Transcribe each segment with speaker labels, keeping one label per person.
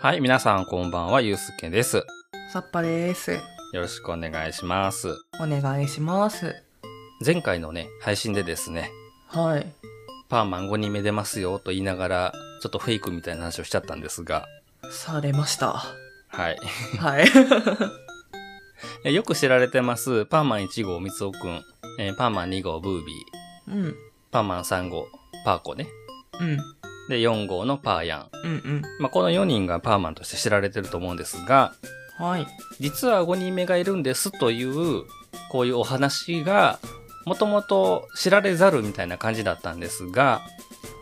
Speaker 1: はい、皆さんこんばんは、ゆうすけです。
Speaker 2: さっぱです。
Speaker 1: よろしくお願いします。
Speaker 2: お願いします。
Speaker 1: 前回のね、配信でですね、
Speaker 2: はい。
Speaker 1: パーマン5人目出ますよと言いながら、ちょっとフェイクみたいな話をしちゃったんですが、
Speaker 2: されました。
Speaker 1: はい。
Speaker 2: はい。
Speaker 1: えよく知られてます、パーマン1号みつおくん、えーパーマン2号ブービー、
Speaker 2: うん。うん。
Speaker 1: パーマン3号パーコね、で4号のパーヤン。
Speaker 2: うん
Speaker 1: まあ、この4人がパーマンとして知られてると思うんですが、
Speaker 2: うん。はい。
Speaker 1: 実は5人目がいるんですというこういうお話がもともと知られざるみたいな感じだったんですが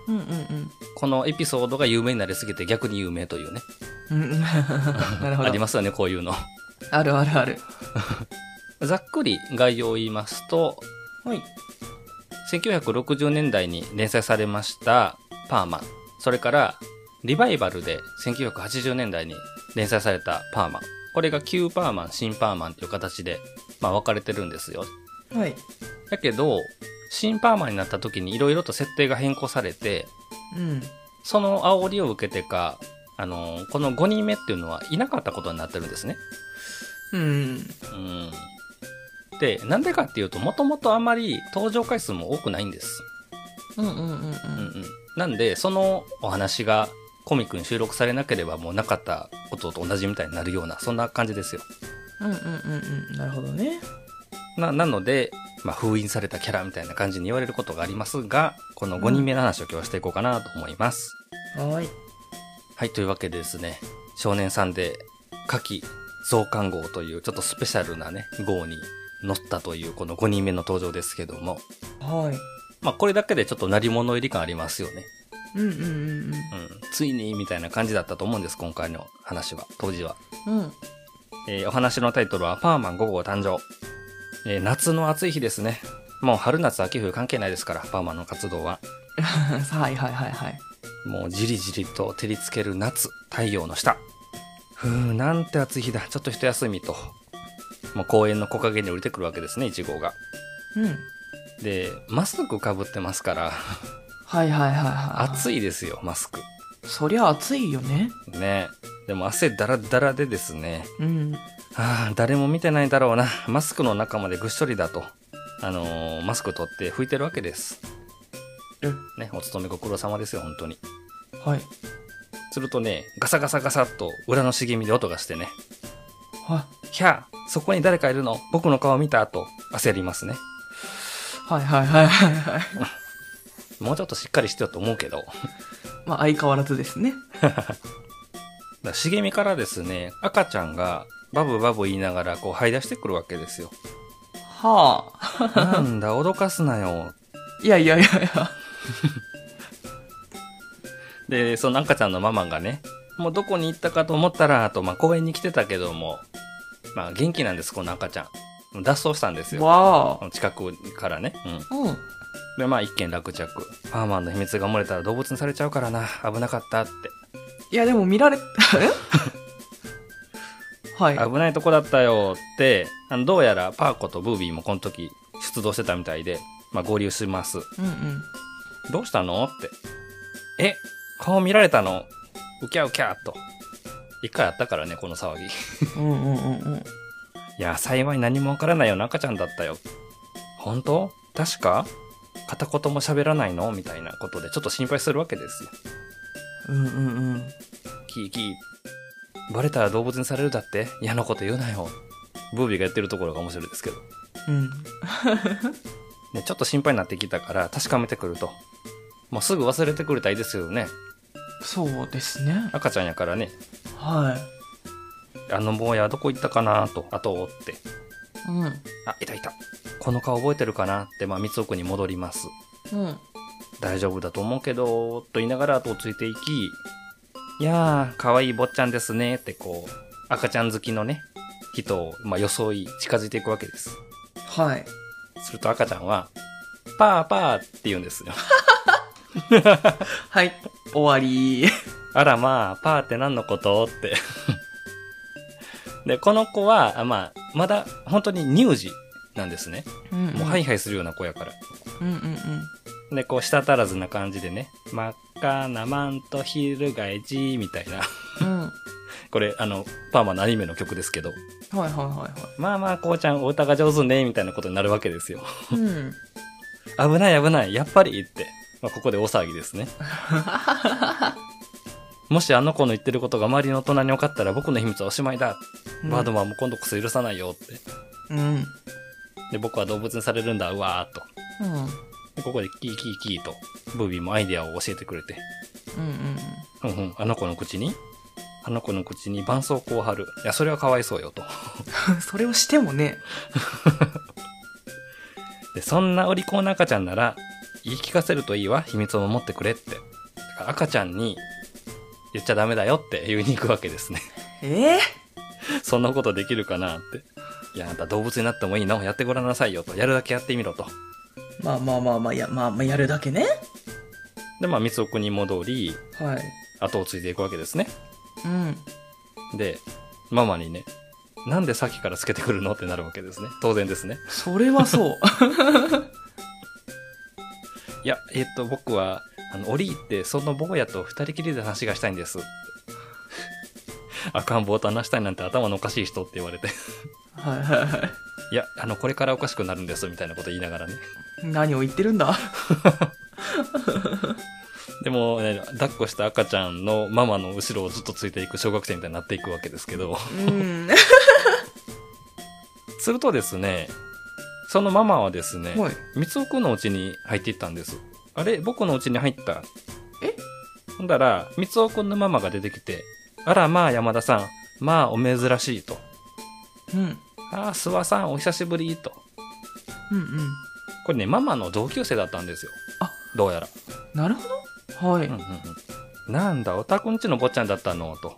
Speaker 2: うんうん
Speaker 1: このエピソードが有名になりすぎて逆に有名というね
Speaker 2: うん。 うん。なるほ
Speaker 1: あ
Speaker 2: ど。
Speaker 1: りますよねこういうの
Speaker 2: あるあるある。
Speaker 1: ざっくり概要を言いますと
Speaker 2: はい。
Speaker 1: 1960年代に連載されました「パーマン」それからリバイバルで1980年代に連載された「パーマン」これが旧パーマン新パーマンという形で、まあ、分かれてるんですよ
Speaker 2: はい。
Speaker 1: だけど、新パーマになった時にいろいろと設定が変更されて、
Speaker 2: うん。
Speaker 1: その煽りを受けてか、あの、この5人目っていうのはいなかったことになってるんですね。
Speaker 2: うん。
Speaker 1: うん。で、なんでかっていうと、もともとあまり登場回数も多くないんです。
Speaker 2: うんうんう
Speaker 1: う
Speaker 2: ん
Speaker 1: んうん。なんで、そのお話がコミックに収録されなければもうなかったことと同じみたいになるような、そんな感じですよ。
Speaker 2: うんうんうんうん。なるほどね。
Speaker 1: な、なので、まあ、封印されたキャラみたいな感じに言われることがありますが、この5人目の話を今日はしていこうかなと思います。
Speaker 2: はい。
Speaker 1: はい、というわけでですね、少年さんで、夏季増刊号という、ちょっとスペシャルなね、号に乗ったという、この5人目の登場ですけども、
Speaker 2: はい。
Speaker 1: まあ、これだけでちょっと鳴り物入り感ありますよね。
Speaker 2: うんうんうん
Speaker 1: うん。ついに、みたいな感じだったと思うんです、今回の話は、当時は。
Speaker 2: うん。うん。
Speaker 1: えーお話のタイトルは、パーマン5号誕生。えー夏の暑い日ですね。もう春夏秋冬関係ないですから、パーマンの活動は。
Speaker 2: はいはいはいはい。
Speaker 1: もうじりじりと照りつける夏太陽の下ふうなんて暑い日だちょっと一休みともう公園の木陰に降りてくるわけですね1号が
Speaker 2: うん。
Speaker 1: でマスクかぶってますから
Speaker 2: はいはいはいはい。
Speaker 1: 暑いですよマスク
Speaker 2: そりゃ暑いよね。
Speaker 1: ねでも汗だらだらでですね
Speaker 2: うん。
Speaker 1: ああ誰も見てないだろうなマスクの中までぐっしょりだとあのーマスク取って拭いてるわけです
Speaker 2: え
Speaker 1: ねお勤めご苦労様ですよ本当に
Speaker 2: はい。
Speaker 1: するとねガサガサガサっと裏の茂みで音がしてね
Speaker 2: は
Speaker 1: ひゃあ、そこに誰かいるの僕の顔見たと焦りますね。
Speaker 2: はいはいはいはいはい。
Speaker 1: もうちょっとしっかりしてよと思うけど。だか
Speaker 2: まあ相変わらずですね。
Speaker 1: ら茂みからですね、赤ちゃんがバブバブ言いながらこう這い出してくるわけですよ。
Speaker 2: はあ。
Speaker 1: なんだ、脅かすなよ。
Speaker 2: いやいやいやいや。
Speaker 1: で、その赤ちゃんのママがね、もうどこに行ったかと思ったら、と、まあ公園に来てたけども、まあ元気なんです、この赤ちゃん。脱走したんですよ。
Speaker 2: わ
Speaker 1: 近くからね。うん。
Speaker 2: あ。うん。
Speaker 1: で、まあ一件落着。パーマンの秘密が漏れたら動物にされちゃうからな。危なかったって。
Speaker 2: いやでも見られ、え はい。
Speaker 1: 危ないとこだったよってあのどうやらパーコとブービーもこの時出動してたみたいで、まあ、合流します
Speaker 2: うんうん。
Speaker 1: どうしたのってえ顔見られたのウキャウキャっと一回あったからねこの騒ぎい
Speaker 2: うんうんうんうん。
Speaker 1: や幸い何もわからないような赤ちゃんだったよ本当確か片言も喋らないのみたいなことでちょっと心配するわけですよ
Speaker 2: うんうんうん。
Speaker 1: キーキーバレたら動物にされるだって嫌なこと言うなよブービーがやってるところが面白いですけど
Speaker 2: うん。
Speaker 1: ね、ちょっと心配になってきたから確かめてくると。もうすぐ忘れてくれたらいいですけどね。
Speaker 2: そうですね。
Speaker 1: 赤ちゃんやからね。
Speaker 2: は
Speaker 1: あの坊やどこ行ったかなと、後を追って。
Speaker 2: い。うん。
Speaker 1: あ、いたいた。この顔覚えてるかなって、まあ、三つ奥に戻ります。
Speaker 2: うん。
Speaker 1: 大丈夫だと思うけど、と言いながら後をついていき、いやー、可愛い坊ちゃんですねってこう、赤ちゃん好きのね、人を、まあ、装い、近づいていくわけです。
Speaker 2: はい。
Speaker 1: すると赤ちゃんは、パーパーって言うんですよ。
Speaker 2: はい。終わり。
Speaker 1: あらまあ、パーって何のことって。 で、この子は、あまあ、まだ本当に乳児なんですね。
Speaker 2: うん
Speaker 1: もうハイ。ハイするような子やから。
Speaker 2: うんうん
Speaker 1: で、こう、舌足らずな感じでね、まあ、魚マントヒルガエジ」みたいな
Speaker 2: うん。はい
Speaker 1: これあのパーマのアニメの曲ですけど
Speaker 2: はいはいは
Speaker 1: まあまあこうちゃんお歌が上手ねみたいなことになるわけですよ
Speaker 2: い。うん。
Speaker 1: 危ない危ないやっぱりって、まあ、ここで大騒ぎですね もしあの子の言ってることが周りの大人に分かったら僕の秘密はおしまいだ、バードマンも今度こそ許さないよって
Speaker 2: うん。うん。
Speaker 1: で僕は動物にされるんだうわーっと
Speaker 2: うん。
Speaker 1: でここでキーキーキーとブービーもアイデアを教えてくれて
Speaker 2: うん。
Speaker 1: うんうん、あの子の口にあの子の口に絆創膏を貼る。いや、それはかわいそうよと。
Speaker 2: うん。 それをしてもね。
Speaker 1: で、そんなお利口な赤ちゃんなら、言い聞かせるといいわ、秘密を守ってくれって。だから赤ちゃんに、言っちゃダメだよって言いに行くわけですね。
Speaker 2: ええ
Speaker 1: そんなことできるかなって。いや、あんた動物になってもいいのやってごらんなさいよと。やるだけやってみろと。
Speaker 2: まあまあまあまあ、や、まあまあ、やるだけね。
Speaker 1: で、まあ、三つ奥に戻り、
Speaker 2: はい。
Speaker 1: 後を継いでいくわけですね。
Speaker 2: うん。
Speaker 1: で、ママにね、なんでさっきからつけてくるのってなるわけですね。当然ですね。
Speaker 2: それはそう。
Speaker 1: いや、えっ、と、僕は、あの、折り入って、その坊やと二人きりで話がしたいんです。赤ん坊と話したいなんて頭のおかしい人って言われて、
Speaker 2: はいはいはい。
Speaker 1: いや、あの、これからおかしくなるんです、みたいなこと言いながらね。
Speaker 2: 何を言ってるんだ
Speaker 1: でも、ね、抱っこした赤ちゃんのママの後ろをずっとついていく小学生みたいになっていくわけですけど、
Speaker 2: うん。
Speaker 1: するとですね、そのママはですね、
Speaker 2: はい。
Speaker 1: 三つくんのうちに入っていったんです。あれ僕のうちに入った。
Speaker 2: え
Speaker 1: ほんだら、三つくんのママが出てきて、あらまあ山田さん、まあお珍しいと。
Speaker 2: うん。
Speaker 1: ああ、諏訪さん、お久しぶりと。
Speaker 2: うんうん。
Speaker 1: これね、ママの同級生だったんですよ。
Speaker 2: あ
Speaker 1: どうやら。
Speaker 2: なるほど。はい。
Speaker 1: う
Speaker 2: う
Speaker 1: う
Speaker 2: ん
Speaker 1: ん
Speaker 2: ん。
Speaker 1: うん。なんだ、おたくんちの坊ちゃんだったのと。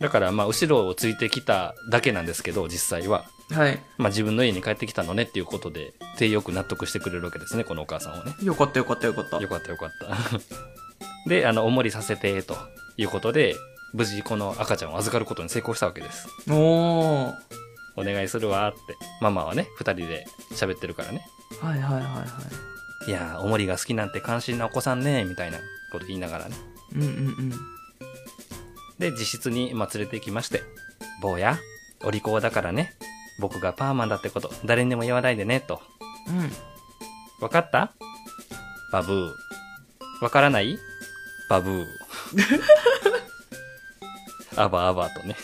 Speaker 1: だから、まあ、後ろをついてきただけなんですけど、実際は。
Speaker 2: はい。
Speaker 1: まあ、自分の家に帰ってきたのねっていうことで、手よく納得してくれるわけですね、このお母さんはね。
Speaker 2: よかったよかったよかった。
Speaker 1: よかったよ かった。で、あの、おもりさせて、ということで、無事この赤ちゃんを預かることに成功したわけです。
Speaker 2: おー。
Speaker 1: お願いするわって。ママはね、二人で喋ってるからね。
Speaker 2: はいはいはいはい
Speaker 1: やー、おもりが好きなんて関心なお子さんね、みたいなこと言いながらね。
Speaker 2: い。うんうん
Speaker 1: で、自室に、まあ、連れて行きまして、坊や、お利口だからね、僕がパーマンだってこと、誰にでも言わないでね、と。
Speaker 2: うん。うん。
Speaker 1: わかったバブー。わからないバブー。 あばあばとね。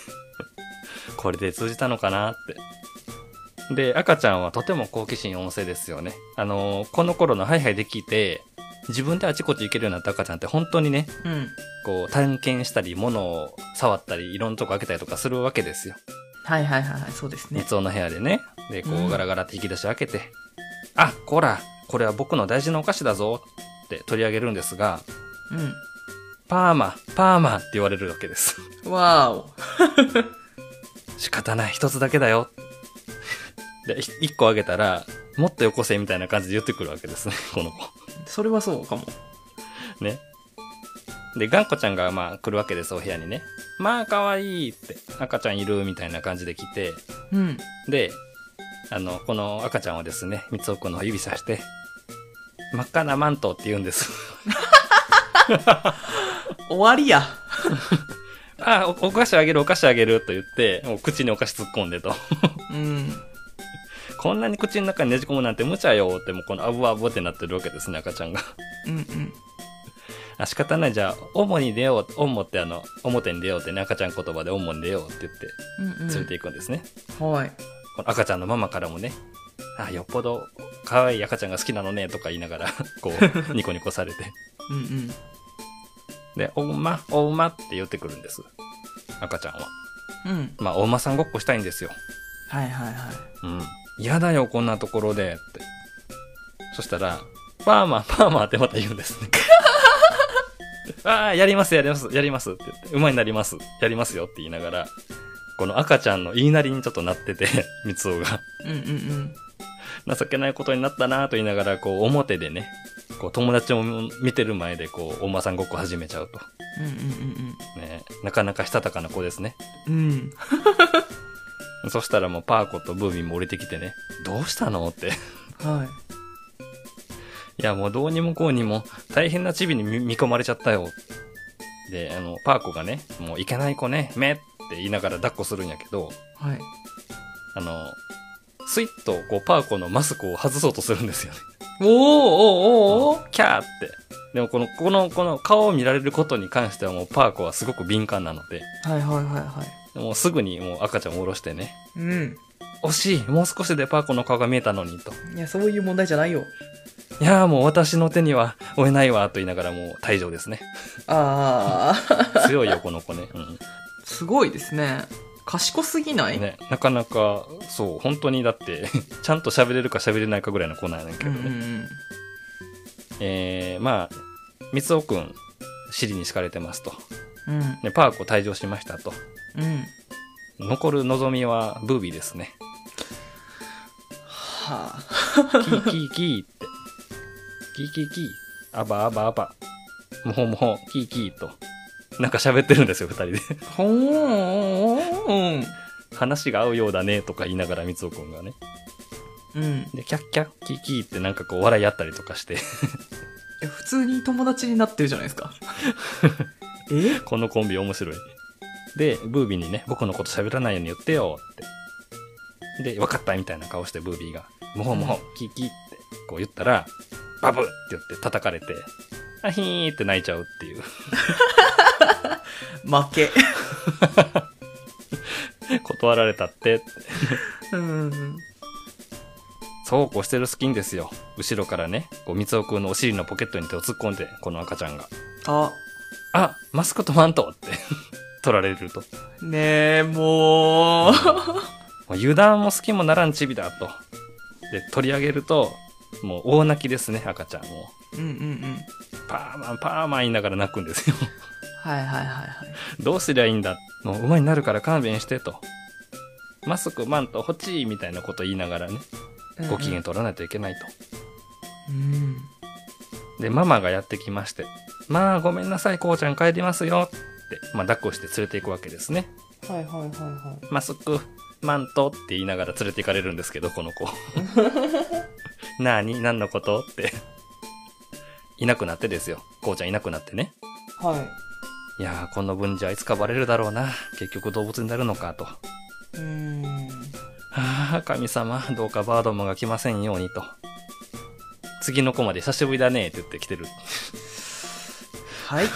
Speaker 1: これで通じたのかなって。で、赤ちゃんはとても好奇心旺盛ですよね。あのーこの頃のハイハイできて、自分であちこち行けるようになった赤ちゃんって本当にね、
Speaker 2: うん。
Speaker 1: こう探検したり、物を触ったり、いろんなとこ開けたりとかするわけですよ。
Speaker 2: はいはいはいはい。そうですね。
Speaker 1: 熱音の部屋でね。で、こ
Speaker 2: う
Speaker 1: う、
Speaker 2: ん
Speaker 1: ガラガラって引き出し開けて、あ、こら、これは僕の大事なお菓子だぞって取り上げるんですが、
Speaker 2: う
Speaker 1: パーマ、パーマって言われるわけです。
Speaker 2: ん。わーお。
Speaker 1: 仕方ない、一つだけだよ。で、ひ一個あげたら、もっとよこせみたいな感じで言ってくるわけですね、 この子。
Speaker 2: それはそうかも。
Speaker 1: ね。で、ガンコちゃんがまあ来るわけです、お部屋にね。まあ、可愛いって、赤ちゃんいるみたいな感じで来て、
Speaker 2: うん。
Speaker 1: で、あの、この赤ちゃんをですね、三つおくんの方指さして、真っ赤なマントって言うんです。
Speaker 2: 終わりや。
Speaker 1: あお、お菓子あげる、お菓子あげると言って、もう口にお菓子突っ込んでと。
Speaker 2: うん。
Speaker 1: こんなに口の中にねじ込むなんて無茶よって、もうこのあぶあぶってなってるわけですね、赤ちゃんが。
Speaker 2: うんうん。
Speaker 1: あ、仕方ない。じゃあ、主に出よう、おもってあの、表に出ようってね、赤ちゃん言葉でおもに出ようって言って、
Speaker 2: うん
Speaker 1: 連れていくんですね。
Speaker 2: うん。はい。
Speaker 1: この赤ちゃんのママからもね、あ、よっぽど可愛い赤ちゃんが好きなのね、とか言いながら、こう、ニコニコされて。
Speaker 2: うんうん。
Speaker 1: で、お馬、お馬って言ってくるんです。赤ちゃんは。
Speaker 2: うん。
Speaker 1: まあ、お馬さんごっこしたいんですよ。
Speaker 2: はいはいはい。
Speaker 1: うん。嫌だよ、こんなところで、って。そしたら、パーマ、パーマってまた言うんですね。 ああ、やります、やります、やりますって言って、馬になります、やりますよって言いながら、この赤ちゃんの言いなりにちょっとなってて、 三つが、
Speaker 2: うんうん
Speaker 1: 情けないことになったなと言いながら、こう、表でね、こう、友達を見てる前で、こう、お馬さんごっこ始めちゃうと。
Speaker 2: うん。うんうん
Speaker 1: ね、なかなかしたたかな子ですね。
Speaker 2: うんうん。うん。
Speaker 1: そしたらもう パーコとブービーも降りてきてね、どうしたのって。
Speaker 2: はい
Speaker 1: いやもうどうにもこうにも大変なチビに見見込まれちゃったよ。で、あの、パーコがね、もう行けない子ね、めって言いながら抱っこするんやけど、
Speaker 2: はい。
Speaker 1: あの、スイッとこうパーコのマスクを外そうとするんですよね。
Speaker 2: おーおーおーおー
Speaker 1: キャーって。でもこの、この、この顔を見られることに関してはもうパーコはすごく敏感なので、
Speaker 2: はいはいはいはい。
Speaker 1: もうすぐにもう赤ちゃんを下ろしてね、
Speaker 2: うん。
Speaker 1: 惜しいもう少しでパーコの顔が見えたのにと。
Speaker 2: いや、そういう問題じゃないよ。
Speaker 1: いやーもう私の手には負えないわと言いながらもう退場 ですね。
Speaker 2: あ あ、
Speaker 1: 強いよ、この子ね。うん。
Speaker 2: すごいですね。賢すぎない、
Speaker 1: ね、なかなかそう本当にだって ちゃんと喋れるか喋れないかぐらいの子なんやけ
Speaker 2: うん
Speaker 1: ど
Speaker 2: う
Speaker 1: ね、
Speaker 2: んうん。
Speaker 1: えー、まあ三尾くん尻に敷かれてますと
Speaker 2: うん。
Speaker 1: でパーコ退場しましたと
Speaker 2: うん。
Speaker 1: 残る望みはブービーですね
Speaker 2: はあ。
Speaker 1: キーキーキーってキーキーキーアバアバアバもほもほキーキーとなんか喋ってるんですよ二人で
Speaker 2: ほーん。
Speaker 1: 話が合うようだねとか言いながら三尾くんがね
Speaker 2: うん。い
Speaker 1: でキャッキャッキーキーってなんかこう笑い合ったりとかして
Speaker 2: や、普通に友達になってるじゃないですか。 え
Speaker 1: このコンビ面白い。で、ブービーにね、僕のこと喋らないように言ってよって。で、分かったみたいな顔してブービーが、もほもほ、キキってこう言ったら、バブって言って叩かれて、あひーって泣いちゃうっていう。
Speaker 2: 負け。
Speaker 1: 断られたって。
Speaker 2: うん。
Speaker 1: そうこうしてるスキンですよ。後ろからね、こう、三尾くんのお尻のポケットに手を突っ込んで、この赤ちゃんが、
Speaker 2: あ、
Speaker 1: あマスクとマントって 取られると。
Speaker 2: ね え、もう。
Speaker 1: もう油断も隙もならんチビだと。で、取り上げると、もう大泣きですね、赤ちゃんも。
Speaker 2: うんうんうん。
Speaker 1: パーマン、パーマン言いながら泣くんですよ。
Speaker 2: はいはいはいはい。
Speaker 1: どうすりゃいいんだ。もう馬になるから勘弁してと。マスク、マント、ホチーみたいなこと言いながらね、
Speaker 2: うんうん
Speaker 1: ご機嫌。取らないといけない
Speaker 2: うん。
Speaker 1: と。で、ママがやってきまして、まあごめんなさい、こうちゃん帰りますよって、まあ抱っこして連れていくわけですね。
Speaker 2: はいはいはいは
Speaker 1: マスク、マントって言いながら連れて行かれるんですけど、この子。 なあに何のことって。いなくなってですよ。こうちゃんいなくなってね。
Speaker 2: い。はい。
Speaker 1: やー、この分じゃいつかバレるだろうな。結局動物になるのかと。はい
Speaker 2: うん。
Speaker 1: あ、神様、どうかバードマンが来ませんようにと。次の子まで久しぶりだねって言って来てる。
Speaker 2: はい。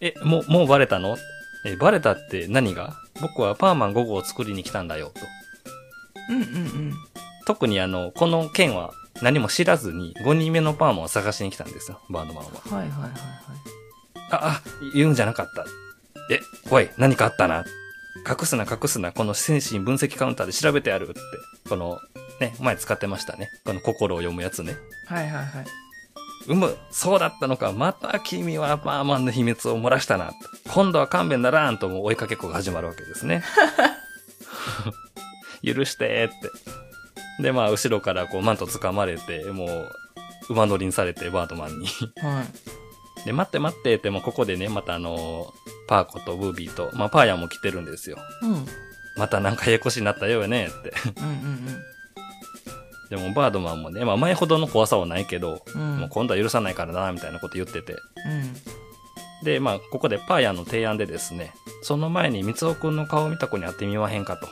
Speaker 1: え、もう、もうバレたのえ、バレたって何が僕はパーマン5号を作りに来たんだよと。
Speaker 2: うんうん
Speaker 1: 特にあの、この件は何も知らずに5人目のパーマンを探しに来たんですよ、バードマンは。
Speaker 2: うん。はいはいはいはい。
Speaker 1: あ、あ、言うんじゃなかった。え、おい、何かあったな。隠すな隠すな、この精神分析カウンターで調べてやるって。この、ね、前使ってましたね。この心を読むやつね。
Speaker 2: はいはいはい。
Speaker 1: うむ、そうだったのか。また君はパーマンの秘密を漏らしたな。今度は勘弁ならんともう追いかけっこが始まるわけですね。 許してって。で、まあ、後ろからこう、マント掴まれて、もう、馬乗りにされて、バードマンに。
Speaker 2: はい。
Speaker 1: で、待って待ってって、もうここでね、またあのーパーコとブービーと、まあ、パーヤンも来てるんですよ。
Speaker 2: うん。うん
Speaker 1: またなんかややこしになったようやねって。
Speaker 2: うん
Speaker 1: でも、バードマンもね、まあ、前ほどの怖さはないけど、
Speaker 2: うん。うん。
Speaker 1: もう今度は許さないからな、みたいなこと言ってて。
Speaker 2: うん。
Speaker 1: で、まあ、ここでパーヤンの提案でですね、その前に三尾くんの顔を見た子に会ってみまへんかと。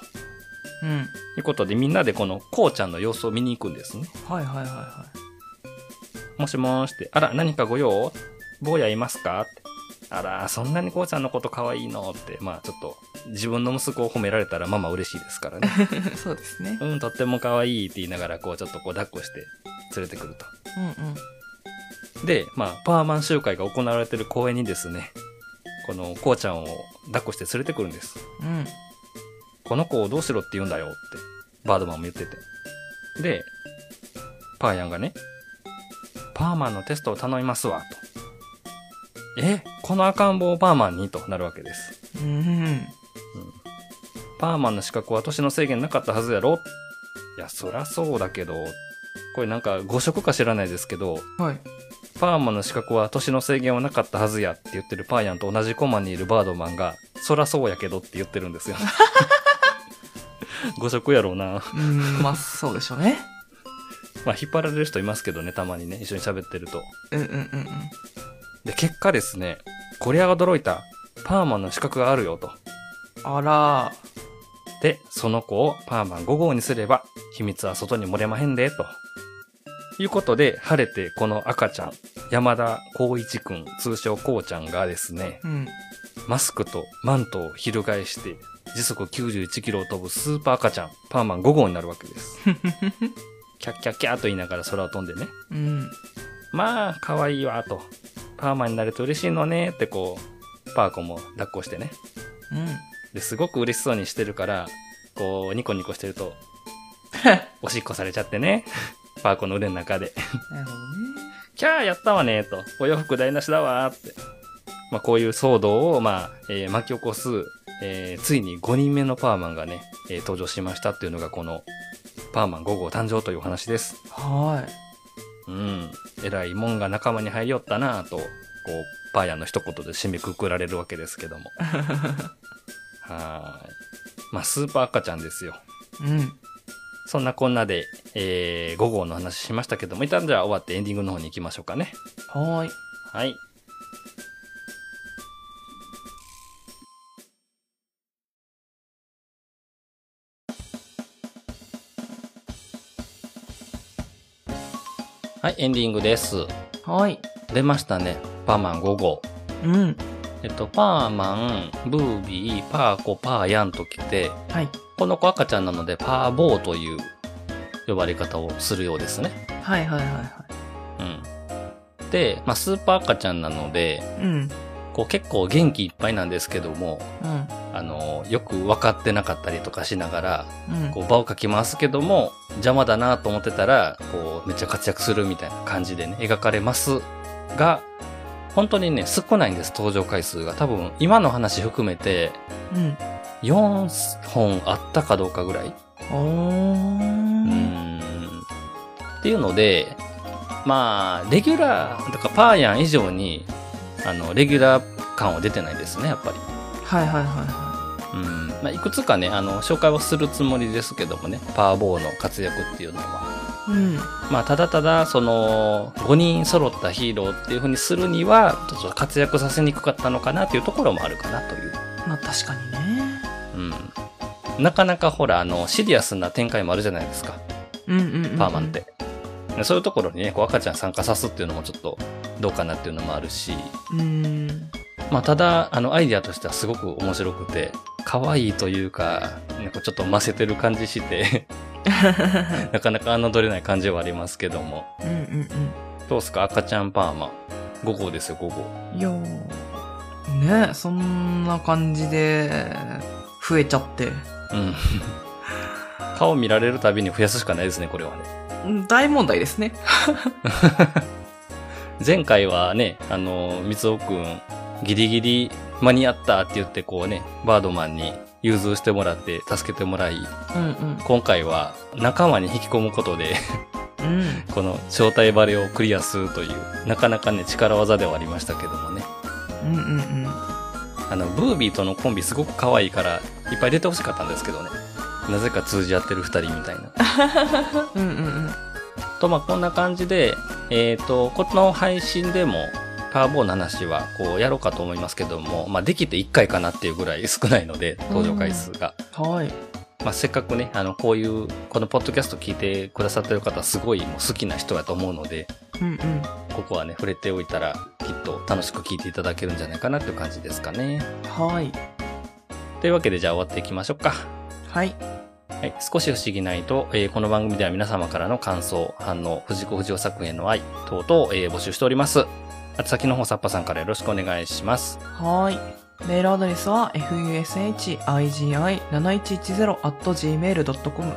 Speaker 2: うん。
Speaker 1: いうことで、みんなでこの、こうちゃんの様子を見に行くんですね。
Speaker 2: はいはいはいは
Speaker 1: もしもーして、あら、何かご用坊やいますかって。あら、そんなにこうちゃんのこと可愛いのって、まあ、ちょっと、自分の息子を褒められたらママ嬉しいですからね。
Speaker 2: い。そうですね。
Speaker 1: うん、とっても可愛いって言いながら、こう、ちょっとこう、抱っこして、連れてくると。
Speaker 2: うんうん。
Speaker 1: で、まあ、パーマン集会が行われてる公園にですね、この、こうちゃんを抱っこして連れてくるんです。
Speaker 2: うん。
Speaker 1: この子をどうしろって言うんだよって、バードマンも言ってて。で、パーヤンがね、パーマンのテストを頼みますわ、と。え、この赤ん坊をパーマンにとなるわけです。
Speaker 2: うん。
Speaker 1: パーマンの資格は年の制限なかったはずやろいや、そらそうだけど、これなんか誤色か知らないですけど、
Speaker 2: はい。
Speaker 1: パーマンの資格は年の制限はなかったはずやって言ってるパーヤンと同じコマにいるバードマンが、そらそうやけどって言ってるんですよ。 誤色やろうな。
Speaker 2: うん、まあ、そうでしょうね。
Speaker 1: まあ、引っ張られる人いますけどね、たまにね、一緒に喋ってると。
Speaker 2: うんうんうんうん。
Speaker 1: で、結果ですね、こりゃ驚いた。パーマンの資格があるよと。
Speaker 2: あら
Speaker 1: で、その子をパーマン5号にすれば、秘密は外に漏れまへんで、と。いうことで、晴れてこの赤ちゃん、山田光一くん、通称こうちゃんがですね、
Speaker 2: うん。
Speaker 1: マスクとマントを翻して、時速91キロを飛ぶスーパー赤ちゃん、パーマン5号になるわけです。キャッキャッキャーと言いながら空を飛んでね、
Speaker 2: うん。
Speaker 1: まあ、可愛いわ、と。パーマンになれて嬉しいのね、ってこう、パーコも抱っこしてね。
Speaker 2: うん。
Speaker 1: ですごく嬉しそうにしてるからこうニコニコしてると おしっこされちゃってねパーコの腕の中で
Speaker 2: なるほどね。
Speaker 1: 「キャーやったわね」と「お洋服台無しだわ」って、まあ、こういう騒動を、まあえー巻き起こす、えーついに5人目のパーマンがね、えー登場しましたっていうのがこの「パーマン5号誕生」というお話です
Speaker 2: は
Speaker 1: うんえらいもんが仲間に入りよったなぁとこうパーヤの一言で締めくくられるわけですけどもはーいまあスーパー赤ちゃんですよ
Speaker 2: ーい。うん。
Speaker 1: そんなこんなで、えー、5号の話しましたけども、一旦じゃあ終わってエンディングの方に行きましょうかね。
Speaker 2: はーい。
Speaker 1: はい。はい、エンディングです。
Speaker 2: はーい。
Speaker 1: 出ましたね。パーマン5号。
Speaker 2: うん。
Speaker 1: えっと、パーマン、ブービー、パーコ、パーヤンと来て、
Speaker 2: はい。
Speaker 1: この子赤ちゃんなので、パーボーという呼ばれ方をするようですね。
Speaker 2: はいはいはいは
Speaker 1: うん。で、まあ、スーパー赤ちゃんなので、
Speaker 2: い。うん。
Speaker 1: こう結構元気いっぱいなんですけども、
Speaker 2: うん。
Speaker 1: あの、よく分かってなかったりとかしながら、
Speaker 2: うん。
Speaker 1: こう場をかき回すけども、邪魔だなと思ってたら、こうめっちゃ活躍するみたいな感じでね、描かれますが、本当にね、少ないんです、登場回数が。多分、今の話含めて、
Speaker 2: うん。
Speaker 1: 4本あったかどうかぐらい
Speaker 2: お
Speaker 1: う
Speaker 2: ー。
Speaker 1: んっていうので、まあ、レギュラー、だからパーヤン以上に、あの、レギュラー感は出てないですね、やっぱり。
Speaker 2: はいはいはいは
Speaker 1: うん。まあ、いくつかね、あの、紹介はするつもりですけどもね、パーボーの活躍っていうのは。
Speaker 2: い。うん。
Speaker 1: まあ、ただただ、その、5人揃ったヒーローっていう風にするには、ちょっと活躍させにくかったのかなっていうところもあるかなという。
Speaker 2: まあ確かにね。
Speaker 1: うん。なかなかほら、あの、シリアスな展開もあるじゃないですか。
Speaker 2: うんうん、うん。
Speaker 1: パーマンっ。て。そういうところにね、こう赤ちゃん参加さすっていうのもちょっとどうかなっていうのもあるし、
Speaker 2: うん。
Speaker 1: まあただ、あのアイデアとしてはすごく面白くて、可愛いというか、なんかちょっとませてる感じ して、なかなか侮れない感じはありますけども。
Speaker 2: うんうん
Speaker 1: どうすか赤ちゃんパーマン。5号ですよ、5号。
Speaker 2: うん。いやーねそんな感じで、増えちゃって。
Speaker 1: うん。顔見られるたびに増やすしかないですね、これはね。
Speaker 2: うん大問題ですね。
Speaker 1: 前回はね、あの、三尾くん、ギリギリ間に合ったって言って、こうね、バードマンに融通してもらって、助けてもらい、
Speaker 2: うんうん。
Speaker 1: 今回は仲間に引き込むことで、
Speaker 2: うん。
Speaker 1: この正体バレをクリアするという、なかなかね、力技ではありましたけどもね。
Speaker 2: うんうんうん。
Speaker 1: あの、ブービーとのコンビすごく可愛いから、いっぱい出てほしかったんですけどね。なぜか通じ合ってる二人みたいな。
Speaker 2: うんうんうん。
Speaker 1: とまあこんな感じで、えー、とこの配信でもパワーボーの話はこうやろうかと思いますけども、まあ、できて1回かなっていうぐらい 少ないので登場回数が、
Speaker 2: はい。
Speaker 1: まあ、せっかくねあのこういうこのポッドキャスト聞いてくださってる方すごいもう好きな人やと思うので
Speaker 2: うんうん。
Speaker 1: ここはね触れておいたらきっと楽しく聞いていただけるんじゃないかなっていう感じですかね
Speaker 2: はい。
Speaker 1: というわけでじゃあ終わっていきましょうか
Speaker 2: はい。
Speaker 1: はい、少し不思議ないと、えーこの番組では皆様からの感想、反応、藤子不二雄作品への愛等々、えー募集しております。あと先の方、サッパさんからよろしくお願いします。
Speaker 2: はい。メールアドレスは fushigi7110.gmail.com。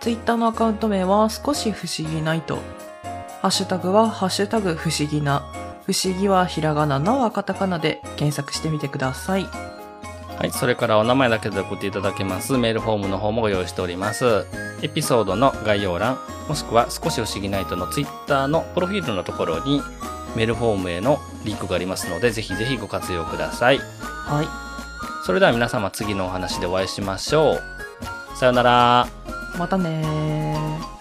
Speaker 2: ツイッターのアカウント名は少し不思議ないと。ハッシュタグはハッシュタグ不思議な。不思議はひらがな、なはカタカナで検索してみてください。
Speaker 1: はい、それからお名前だけで送っていただけますメールフォームの方もご用意しております。エピソードの概要欄、もしくは少し不思議ないとのツイッターのプロフィールのところにメールフォームへのリンクがありますので、ぜひぜひご活用ください。
Speaker 2: はい。
Speaker 1: それでは皆様次のお話でお会いしましょう。さよなら。
Speaker 2: またねー。